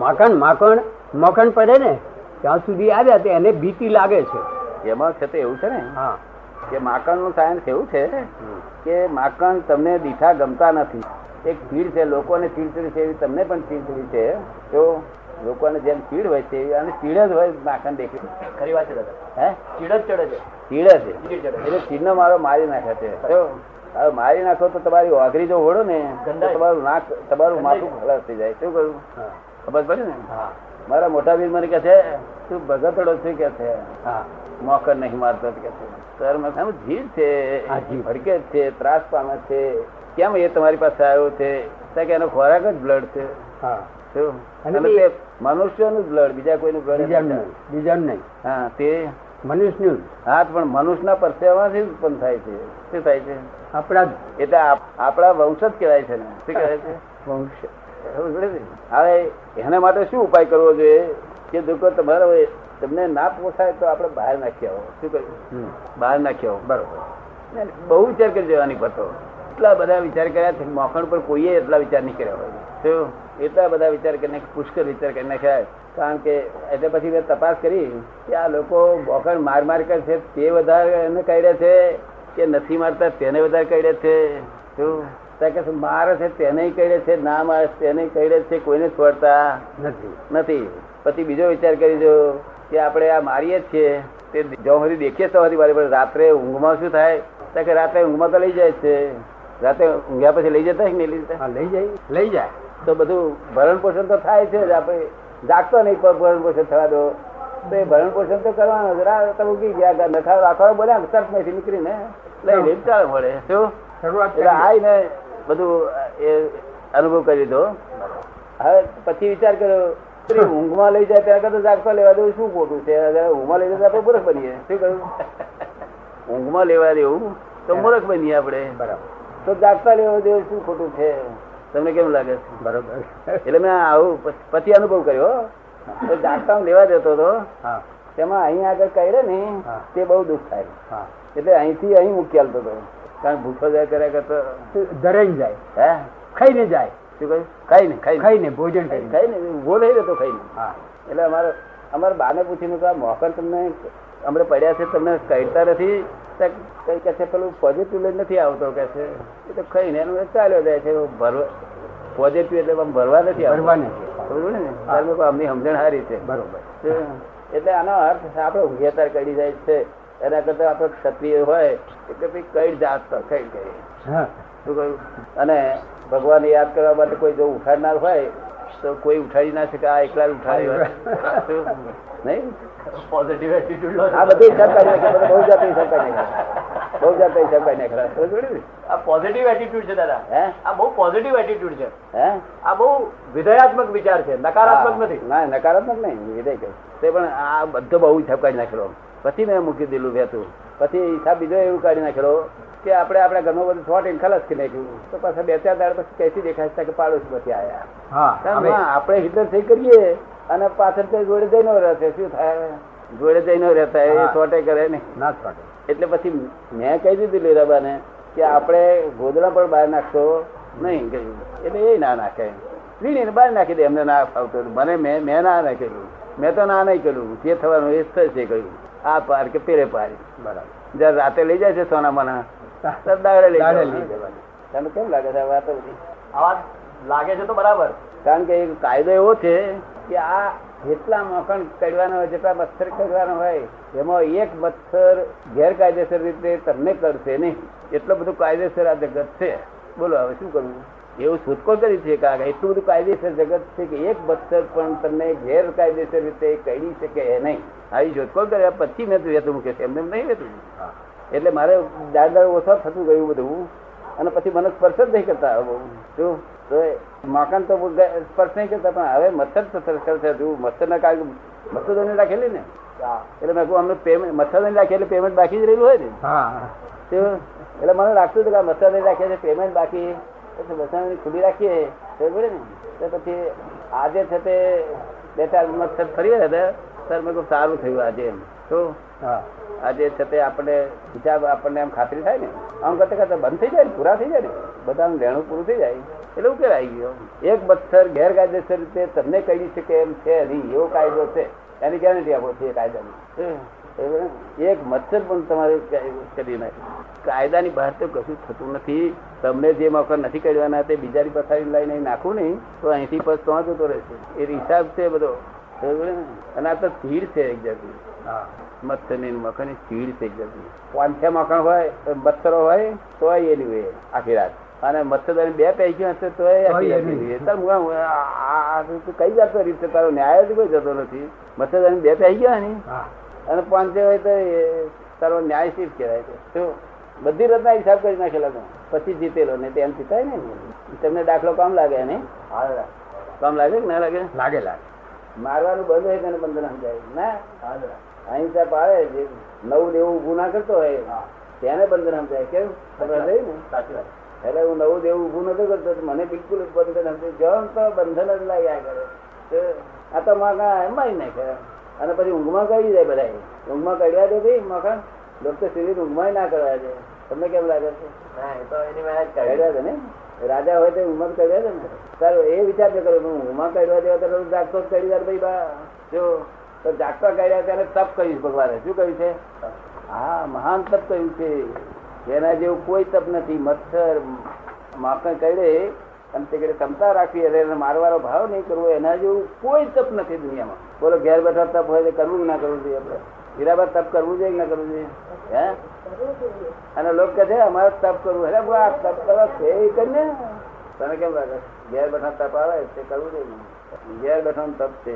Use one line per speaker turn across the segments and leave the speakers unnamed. મકણ મકણ મકણ પડે ને ત્યાં સુધી આવ્યા તો એને ભીતી લાગે છે
એમાં છે તે એવું છે ને
હા
કે માકણનું સાયન્સ એવું છે કે માકણ તમને દીઠા ગમતા નથી એક ચીડ છે લોકોને ચીડ ચડી છે એવી તમને પણ ચીડ ચડી છે તો લોકોને જેમ ચીડ હોય છે એવી અને ચીડ જ હોય માખણ દેખી
ખરી વાત છે દાદા
હે
ચીડ જ ચડે છે
ચીડ જ છે
ચીડ ચડે છે.
એટલે ચીડનો મારો મારી નાખે છે જો, હવે મારી નાખો તો તમારી ઓઘરી જો ઓળો ને તો
ગંધાય.
તમારું નાક તમારું માથું ખલાસ થઈ જાય શું કરું
હા,
ખબર પડે ને
હા
મારા મોટા વીર મને કહે છે તું ભગતડો છે કે છે
હા
મોકર નહીં મારતો કે છે સર મેં કીધું, જીવ છે
હા, જીવ.
ભડકે છે ત્રાસ પામે છે કેમ એ તમારી પાસે આવ્યો છે તો કે એનો ખોરાક જ બ્લડ છે
હા
શું?
અને
અને
તે-
તે મનુષ્યનું જ blood, બીજા કોઈનું blood એમ
બીજાનું
નથી.
નહીં બીજાનું નહીં
હા તે
મનુષ્યનું
હા પણ મનુષ્યના પરસેવાથી જ ઉત્પન્ન થાય છે શું થાય છે
આપણા
એટલે આપ- આપણા વંશ જ કહેવાય છે ને શું કહેવાય છે
વંશ
એવું છે ને? હવે એના માટે શું ઉપાય કરવો જોઈએ કે દુઃખો તમારો એ- તમને ના પોસાય તો આપણે બહાર નાખી આવો શું કહ્યું
હમ,
બહાર નાખ્યો
બરોબર
ને બહુ વિચાર કરી જવાની પતો એટલા બધા વિચાર કર્યા છે મોખણ પર કોઈએ એટલા વિચાર નહીં કર્યા હોય તો એટલા બધા વિચાર કરીને પુષ્કળ વિચાર કરી નાખ્યા કારણ કે એટલે પછી મેં તપાસ કરી કે આ લોકો મોખણ માર માર કરે છે તે વધારે એને કહી છે કે નથી મારતા તેને વધારે કહી છે શું તો કે શું મારે છે તેને કહી છે ના મારે છે તેને કહી છે કોઈને છોડતા
નથી
નથી પછી બીજો વિચાર કરીજો કે આપણે આ મારીએ જ છીએ તે જ્યાં સુધી દેખીએ ત્યાં સુધી મારી પણ રાત્રે ઊંઘમાં શું થાય તો કે રાત્રે ઊંઘમાં તો લઈ જાય છે રાતે ઊંઘ્યા પછી લઈ જતા હોય કે નહીં લઈ જતા
હા લઈ જાય લઈ જાય
તો બધું ભરણ પોષણ તો થાય છે જ આપણે જાગતો નહીં પણ ભરણ પોષણ થવા દો તો એ ભરણ પોષણ તો કરવાનું જરા તમે ઉગી ગયા નખાવ રાખવા બોલ્યા તરફ નથી નીકળીને લઈ લઈ ચાલ મળે શું
શરૂઆત
એટલે
કરીએ.
આવીને બધું એ અનુભવ કરી લીધો હવે પછી વિચાર કર્યો "અરે, ઊંઘમાં લઈ જાય ત્યાં કરતા જાગતા લેવા દેવું શું ખોટું છે અરે, ઊંઘમાં લઈ જાય તો આપણે મૂર્ખ બનીએ શું કહ્યું ઊંઘમાં લેવા દેવું તો મૂર્ખ બનીએ આપણે
બરાબર
તો જાગતા લેવા દેવું શું ખોટું છે તમને કેમ લાગે છે
બરોબર
એટલે મેં આવું પ- પછી અનુભવ કર્યો તો જાગતા હું લેવા દેતો હતો
હા
તેમાં અહીં આગળ કહી ને
હા.
તે બહુ દુઃખ થાય
હા
એટલે અહીંથી અહીં મૂકી આલતો હતો કારણ ભૂખો જાય કર્યા કરતો
દરેન જાય
હે
ખાઈને જાય
શું કહ્યું ખાઈ ને ખાઈ ને
ખાઈને ભોજન
ખાઈ
કરીને
ને ઊભો રહી રહ્યો ખાઈ ને
હા
એટલે અમારે અમારે બાને પૂછીને કે આ મોકર તમને હમણે પડ્યા છે તમને કહેતા નથી તો કઈ કહે છે પેલું પોઝિટિવ લઈને નથી આવતો કે છે એ તો ખાઈને એનું એ ચાલ્યો જાય છે એવું ભરવા પોઝિટિવ એટલે આમ ભરવા નથી આવતો
ભરવા નથી
સમજ્યું ને ત્યારે મેં કહ્યું અમને સમજણ સારી છે
બરોબર
એટલે આનો અર્થ છે આપણે ઊંઘેતર કરી જાય છે એના કરતા આપણે ક્ષત્રિય હોય એટલે પછી કઈ જાત તો કઈ કઈ
હા
શું કહ્યું? અને ભગવાન યાદ કરવા માટે કોઈ જો ઉઠાડનાર હોય તો કોઈ ઉઠાડી ના શકે આ એકલા જ ઉઠાડી હોય શું? નહીં
પોઝિટિવ એટીટ્યુડ લો
આ બધું હિસાબ કાઢી નાખ્યા બધા બહુ જાતનો હિસાબ કાઢી નાખ્યા બહુ જાતનો હિસાબ કાઢી નાખ્યા ખબર પડી ને?
આ પોઝિટિવ એટીટ્યુડ છે દાદા
હે
આ બહુ પોઝિટિવ એટીટ્યુડ છે
હે
આ બહુ વિધેયાત્મક વિચાર છે નકારાત્મક નથી
ના નકારાત્મક નહીં વિધેય કહે તે પણ આ બધો બહુ હિસાબ કાઢી નાખેલો પછી મેં મૂકી દીધું વહેતું પછી હિસાબ બીજો એવું કાઢી નાખેલો કે આપણે આપણા ઘરમાં બધું થોટ એને ખલાસ કરી નાખ્યું તો પાછા બે ચાર દાડ પછી કઈથી દેખાય છે કે પાડોશમાંથી આવ્યા
હા
કારણ
હવે
કે આપણે હિટલર થઈ કરીએ અને પાછળ તો જોડે જઈને રહેશે શું થાય જોડે જઈને રહેતા હોય, એ
હા.
થોટે કરે ને
ના જ પાડે.
એટલે પછી મેં કહી દીધું લીરાબાને કે આપણે ગોદડા પણ બહાર નાખશો નહીં કહ્યું એટલે એ ના નાખે વીણીને બહાર નાખી દે એમને ના ફાવતું હતું. મને મેં મેં ના નાખેલું મેં તો ના નહીં કર્યું જે થવાનું એ થશે કહ્યું આ પાર કે પેરે પાર
બરાબર
જ્યારે રાતે લઈ જાય છે સોના મના ત્યારે દાડે લઈ
દાડે લઈ
જાય
જવાનું.
તમને કેમ લાગે છે આ વાતો બધી?
આ વાત લાગે છે તો બરાબર
કારણ કે એ કાયદો એવો છે કે આ જેટલા મખણ કરવાના હોય જેટલા મચ્છર કરવાના હોય એમાં એક મચ્છર ગેરકાયદેસર રીતે તમને કરશે નહીં એટલો બધો કાયદેસર આ જગત છે બોલો હવે શું કરવું એવું શોધખોળ કરી છે કારણ કે એટલું બધું કાયદેસર જગત છે કે એક મચ્છર પણ તમને ગેરકાયદેસર રીતે કરી શકે નહીં આવી શોધખોળ કર્યા પછી મેં વેતું મૂકે છે એમને એમ નહીં વેતું
હા.
એટલે મારે દાડ દાડ ઓછા થતું ગયું બધું અને પછી મને સ્પર્શ જ નહીં કરતા બહુ શું તો એ મકાન તો બહુ ગ- સ્પર્શ નહીં કરતા પણ હવે મચ્છર તો સરસ કરશે હજુ મચ્છરના કારણ મચ્છરદાની રાખેલી ને
હા.
એટલે મેં કહું અમને પેમેન્ટ મચ્છરદાની રાખી એટલે પેમેન્ટ બાકી જ રહેલું હોય ને
હા
શું? એટલે મને લાગતું હતું કે આ મચ્છરદાની રાખીએ છે પેમેન્ટ બાકી પછી મચ્છરદાની ખુલ્લી રાખીએ તો બોલે ને તો પછી આજે છે તે બે ચાર મચ્છર ફરી હતા સર મેં કહું સારું થયું આજે એમ શું
હા
આજે છે તે આપણે હિસાબ આપણને એમ ખાતરી થાય ને આમ કરતા કરતા બંધ થઈ જાય ને પૂરા થઈ જાય ને બધાનું લેણું પૂરું થઈ જાય એટલે એવું કહેવાય ગયો એક બત્સર ગેરકાયદેસર રીતે તમને કહી શકે એમ છે નહીં એવો કાયદો છે એની ગેરંટી આપો છે એ કાયદાની બરાબર ને? એક મચ્છર પણ તમારે કાય- કરી નાખે કાયદાની બહાર તો કશું થતું નથી તમને જે મકર નથી કરવાના તે બીજાની પથારી લઈને અહીં નાખું નહીં તો અહીંથી પછ તો જતો રહેશે એ હિસાબ છે બધો બરાબર ને? અને આ તો તીડ છે એક જાતની
હા
મચ્છરની ને મખણની ચીડ થઈ જતી પાંચે મખણ હોય તો મચ્છરો હોય તો એની વે આખી રાત અને મચ્છરદારી બે પૈકી હશે તો આખી રાત
એની
એની વે. તાર હું આ- હું આ- આ- આ તું કઈ જાતો રીત છે? તારો ન્યાય જ કોઈ જતો નથી મચ્છરદારી બે પૈકી હોય ને
હા
અને પાંચે હોય તો એ તારો ન્યાય શીખ કહેવાય છે શું બધી રત્ના હિસાબ કરી નાખેલો તો પછી જીતેલો ને તેમ જીતાય ને તમને દાખલો કામ લાગે ને
હા દાદા
કામ લાગે કે ના લાગે
લાગે લાગે
મારવાનું બંધ હોય તેને બંધન સમજાય ના
હા દાદા
અહિંસા પાડે જે નવું દેવું ઊભું ના કરતો હોય તેને બંધન સમજાય કેવું ખબર રહી ને
સાચી વાત
એટલે હું નવું દેવું ઊભું નતો કરતો તો મને બિલકુલ જ બંધન સમજાય જમ તો બંધન જ લાગ્યા કરે તો આ તો મકા એમાં નાખે અને પછી ઊંઘમાં કરી જાય બધા ઊંઘમાં કર્યા તો ભાઈ મકાન લોકો સીધી ઊંઘમાં ના કરવા દે તમને કેમ લાગે છે
ના એ તો એની મહેનત કરી
કર્યા છે ને રાજા હોય તો ઊંઘમાં જ કર્યા છે ને સારું એ વિચાર ન કરો હું ઊંઘમાં કર્યા દેવા તો રોજ જાગતો જ કરી વાર ભાઈ બા જો તો જાગતા કર્યા ત્યારે તપ કહ્યું ભગવાને શું કહ્યું છે હા મહાન તપ કહ્યું છે એના જેવું કોઈ તપ નથી મચ્છર માખણ કરે અને તે કડે ક્ષમતા રાખવી એટલે એને મારવાનો ભાવ નહીં કરવો એના જેવું કોઈ તપ નથી દુનિયામાં બોલો ઘેર બેઠા તપ હોય તો કરવું કે ના કરવું જોઈએ આપણે હીરાબાદ તપ કરવું જોઈએ કે ના કરવું જોઈએ હે અને લોકો કહે છે અમારે તપ કરવું અરે બહુ આ તપ કરવા છે એ કરીને તને કેમ લાગે ઘેર બેઠા તપ આવે તે કરવું જોઈએ ને. ઘેર બેઠાનું તપ છે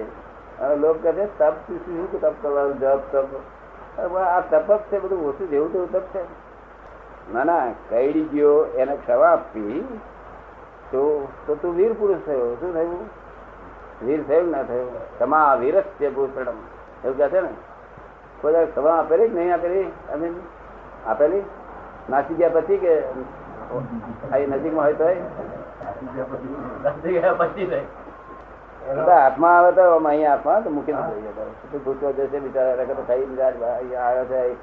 અને લોકો કહે છે તપ શું શું શું તપ કરવાનું જપ તપ અરે બહુ આ તપ જ છે બધું ઓછું જેવું તેવું તપ છે ના ના કઈડી ગયો એને ક્ષમા આપી તો તો તું વીર પુરુષ થયો શું થયું વીર થયું કે ના થયું ક્ષમા વીરસ્ય ભૂષણમ એવું કહે છે ને કોઈ દાડો ક્ષમા આપેલી કે નહીં આપેલી અમે આપેલી નાસી ગયા પછી કે અહીં નજીકમાં હોય તોય
રાત્રિ ગયા પછી નહીં
બધા હાથમાં આવે તો આમ અહીંયા હાથમાં તો મૂકી દીધો અહીંયા તો. પછી ભૂસવા જશે બિચારા એટલે કે થઈ જાય અહીંયા આવે છે અહીં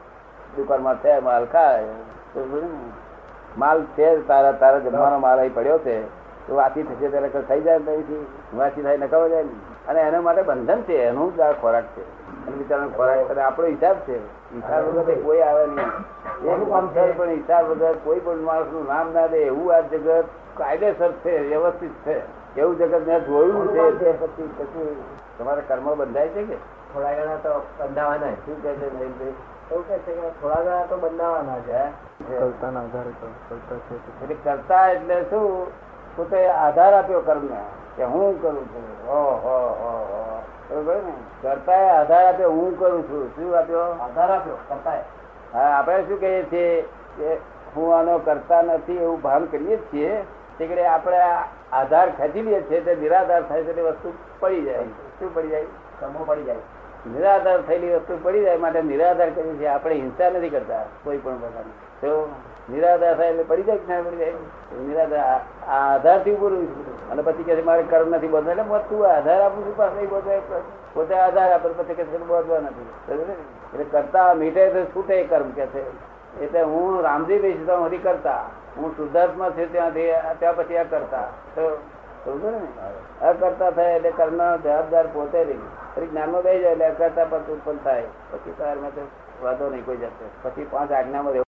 દુકાનમાં છે માલ ખાય તો બોલું ને, માલ છે જ તારા તારા જમવાનો માલ અહીં પડ્યો છે તો વાસી થશે ત્યારે કે થઈ જાય ને અહીંથી વાસી થાય નકાવો જાય ને અને એના માટે બંધન છે એનું જ આ ખોરાક છે અને બિચારાનો ખોરાક અને આપણો હિસાબ છે હિસાબ વગર તો કોઈ આવે નહીં એક પંથર પણ હિસાબ વગર કોઈ પણ માણસનું નામ ના દે એવું આ જગત કાયદેસર છે વ્યવસ્થિત છે એવું જગત મેં જોયું છે તે પછી કશું તમારા કર્મ બંધાય છે કે
થોડા ઘણા તો બંધાવાના
શું કહે છે નરેનભાઈ?
એવું કે છે કે થોડા ઘણા તો બંધાવાના છે
કરતાના આધારે કરતા છે તો
એટલે કરતા એટલે શું પોતે આધાર આપ્યો કર્મને કે હું કરું છું ઓહો હો હો બરોબર ને કરતા આધાર આપ્યો હું કરું છું શું આપ્યો
આધાર આપ્યો કરતા
હા આપણે શું કહીએ છીએ કે હું આનો કરતા નથી એવું ભાન કરીએ જ છીએ એટલે આપણે આ આધાર ખેંચી લઈએ છીએ તે નિરાધાર થાય છે તે વસ્તુ પડી જાય શું પડી જાય
સમો પડી જાય
નિરાધાર થયેલી વસ્તુ પડી જાય માટે નિરાધાર કરીએ છીએ આપણે હિંસા નથી કરતા કોઈ પણ પ્રકારની તો નિરાધાર થાય એટલે પડી જાય કે ના પડી જાય નિરાધાર આ- આ આધારથી ઉભું રહ્યું છે બધું. અને પછી કહે છે મારે કર્મ નથી બોધવા એટલે મોત તું આધાર આપું છું પાસે નહીં બોધવા પોતે આધાર આપે પછી કહે છે બોધવા નથી સમજ્યો ને? એટલે કરતા મીટે તો છૂટે એ કર્મ કે છે એટલે હું રામજી ભાઈ છું તો હું હરી કરતા હું શુદ્ધાર્થમાં છું ત્યાંથી આ- ત્યાં પછી આ કરતા તો સમજો ને અકર્તા થાય એટલે કર્મનો જવાબદાર પોતે રહી ફરી જ્ઞાનમાં બેસી જાય એટલે અકર્તા પર ઉત્પન્ન થાય પછી તારમાં તો વાંધો નહીં કોઈ જશે પછી પાંચ આજ્ઞામાં રહેવું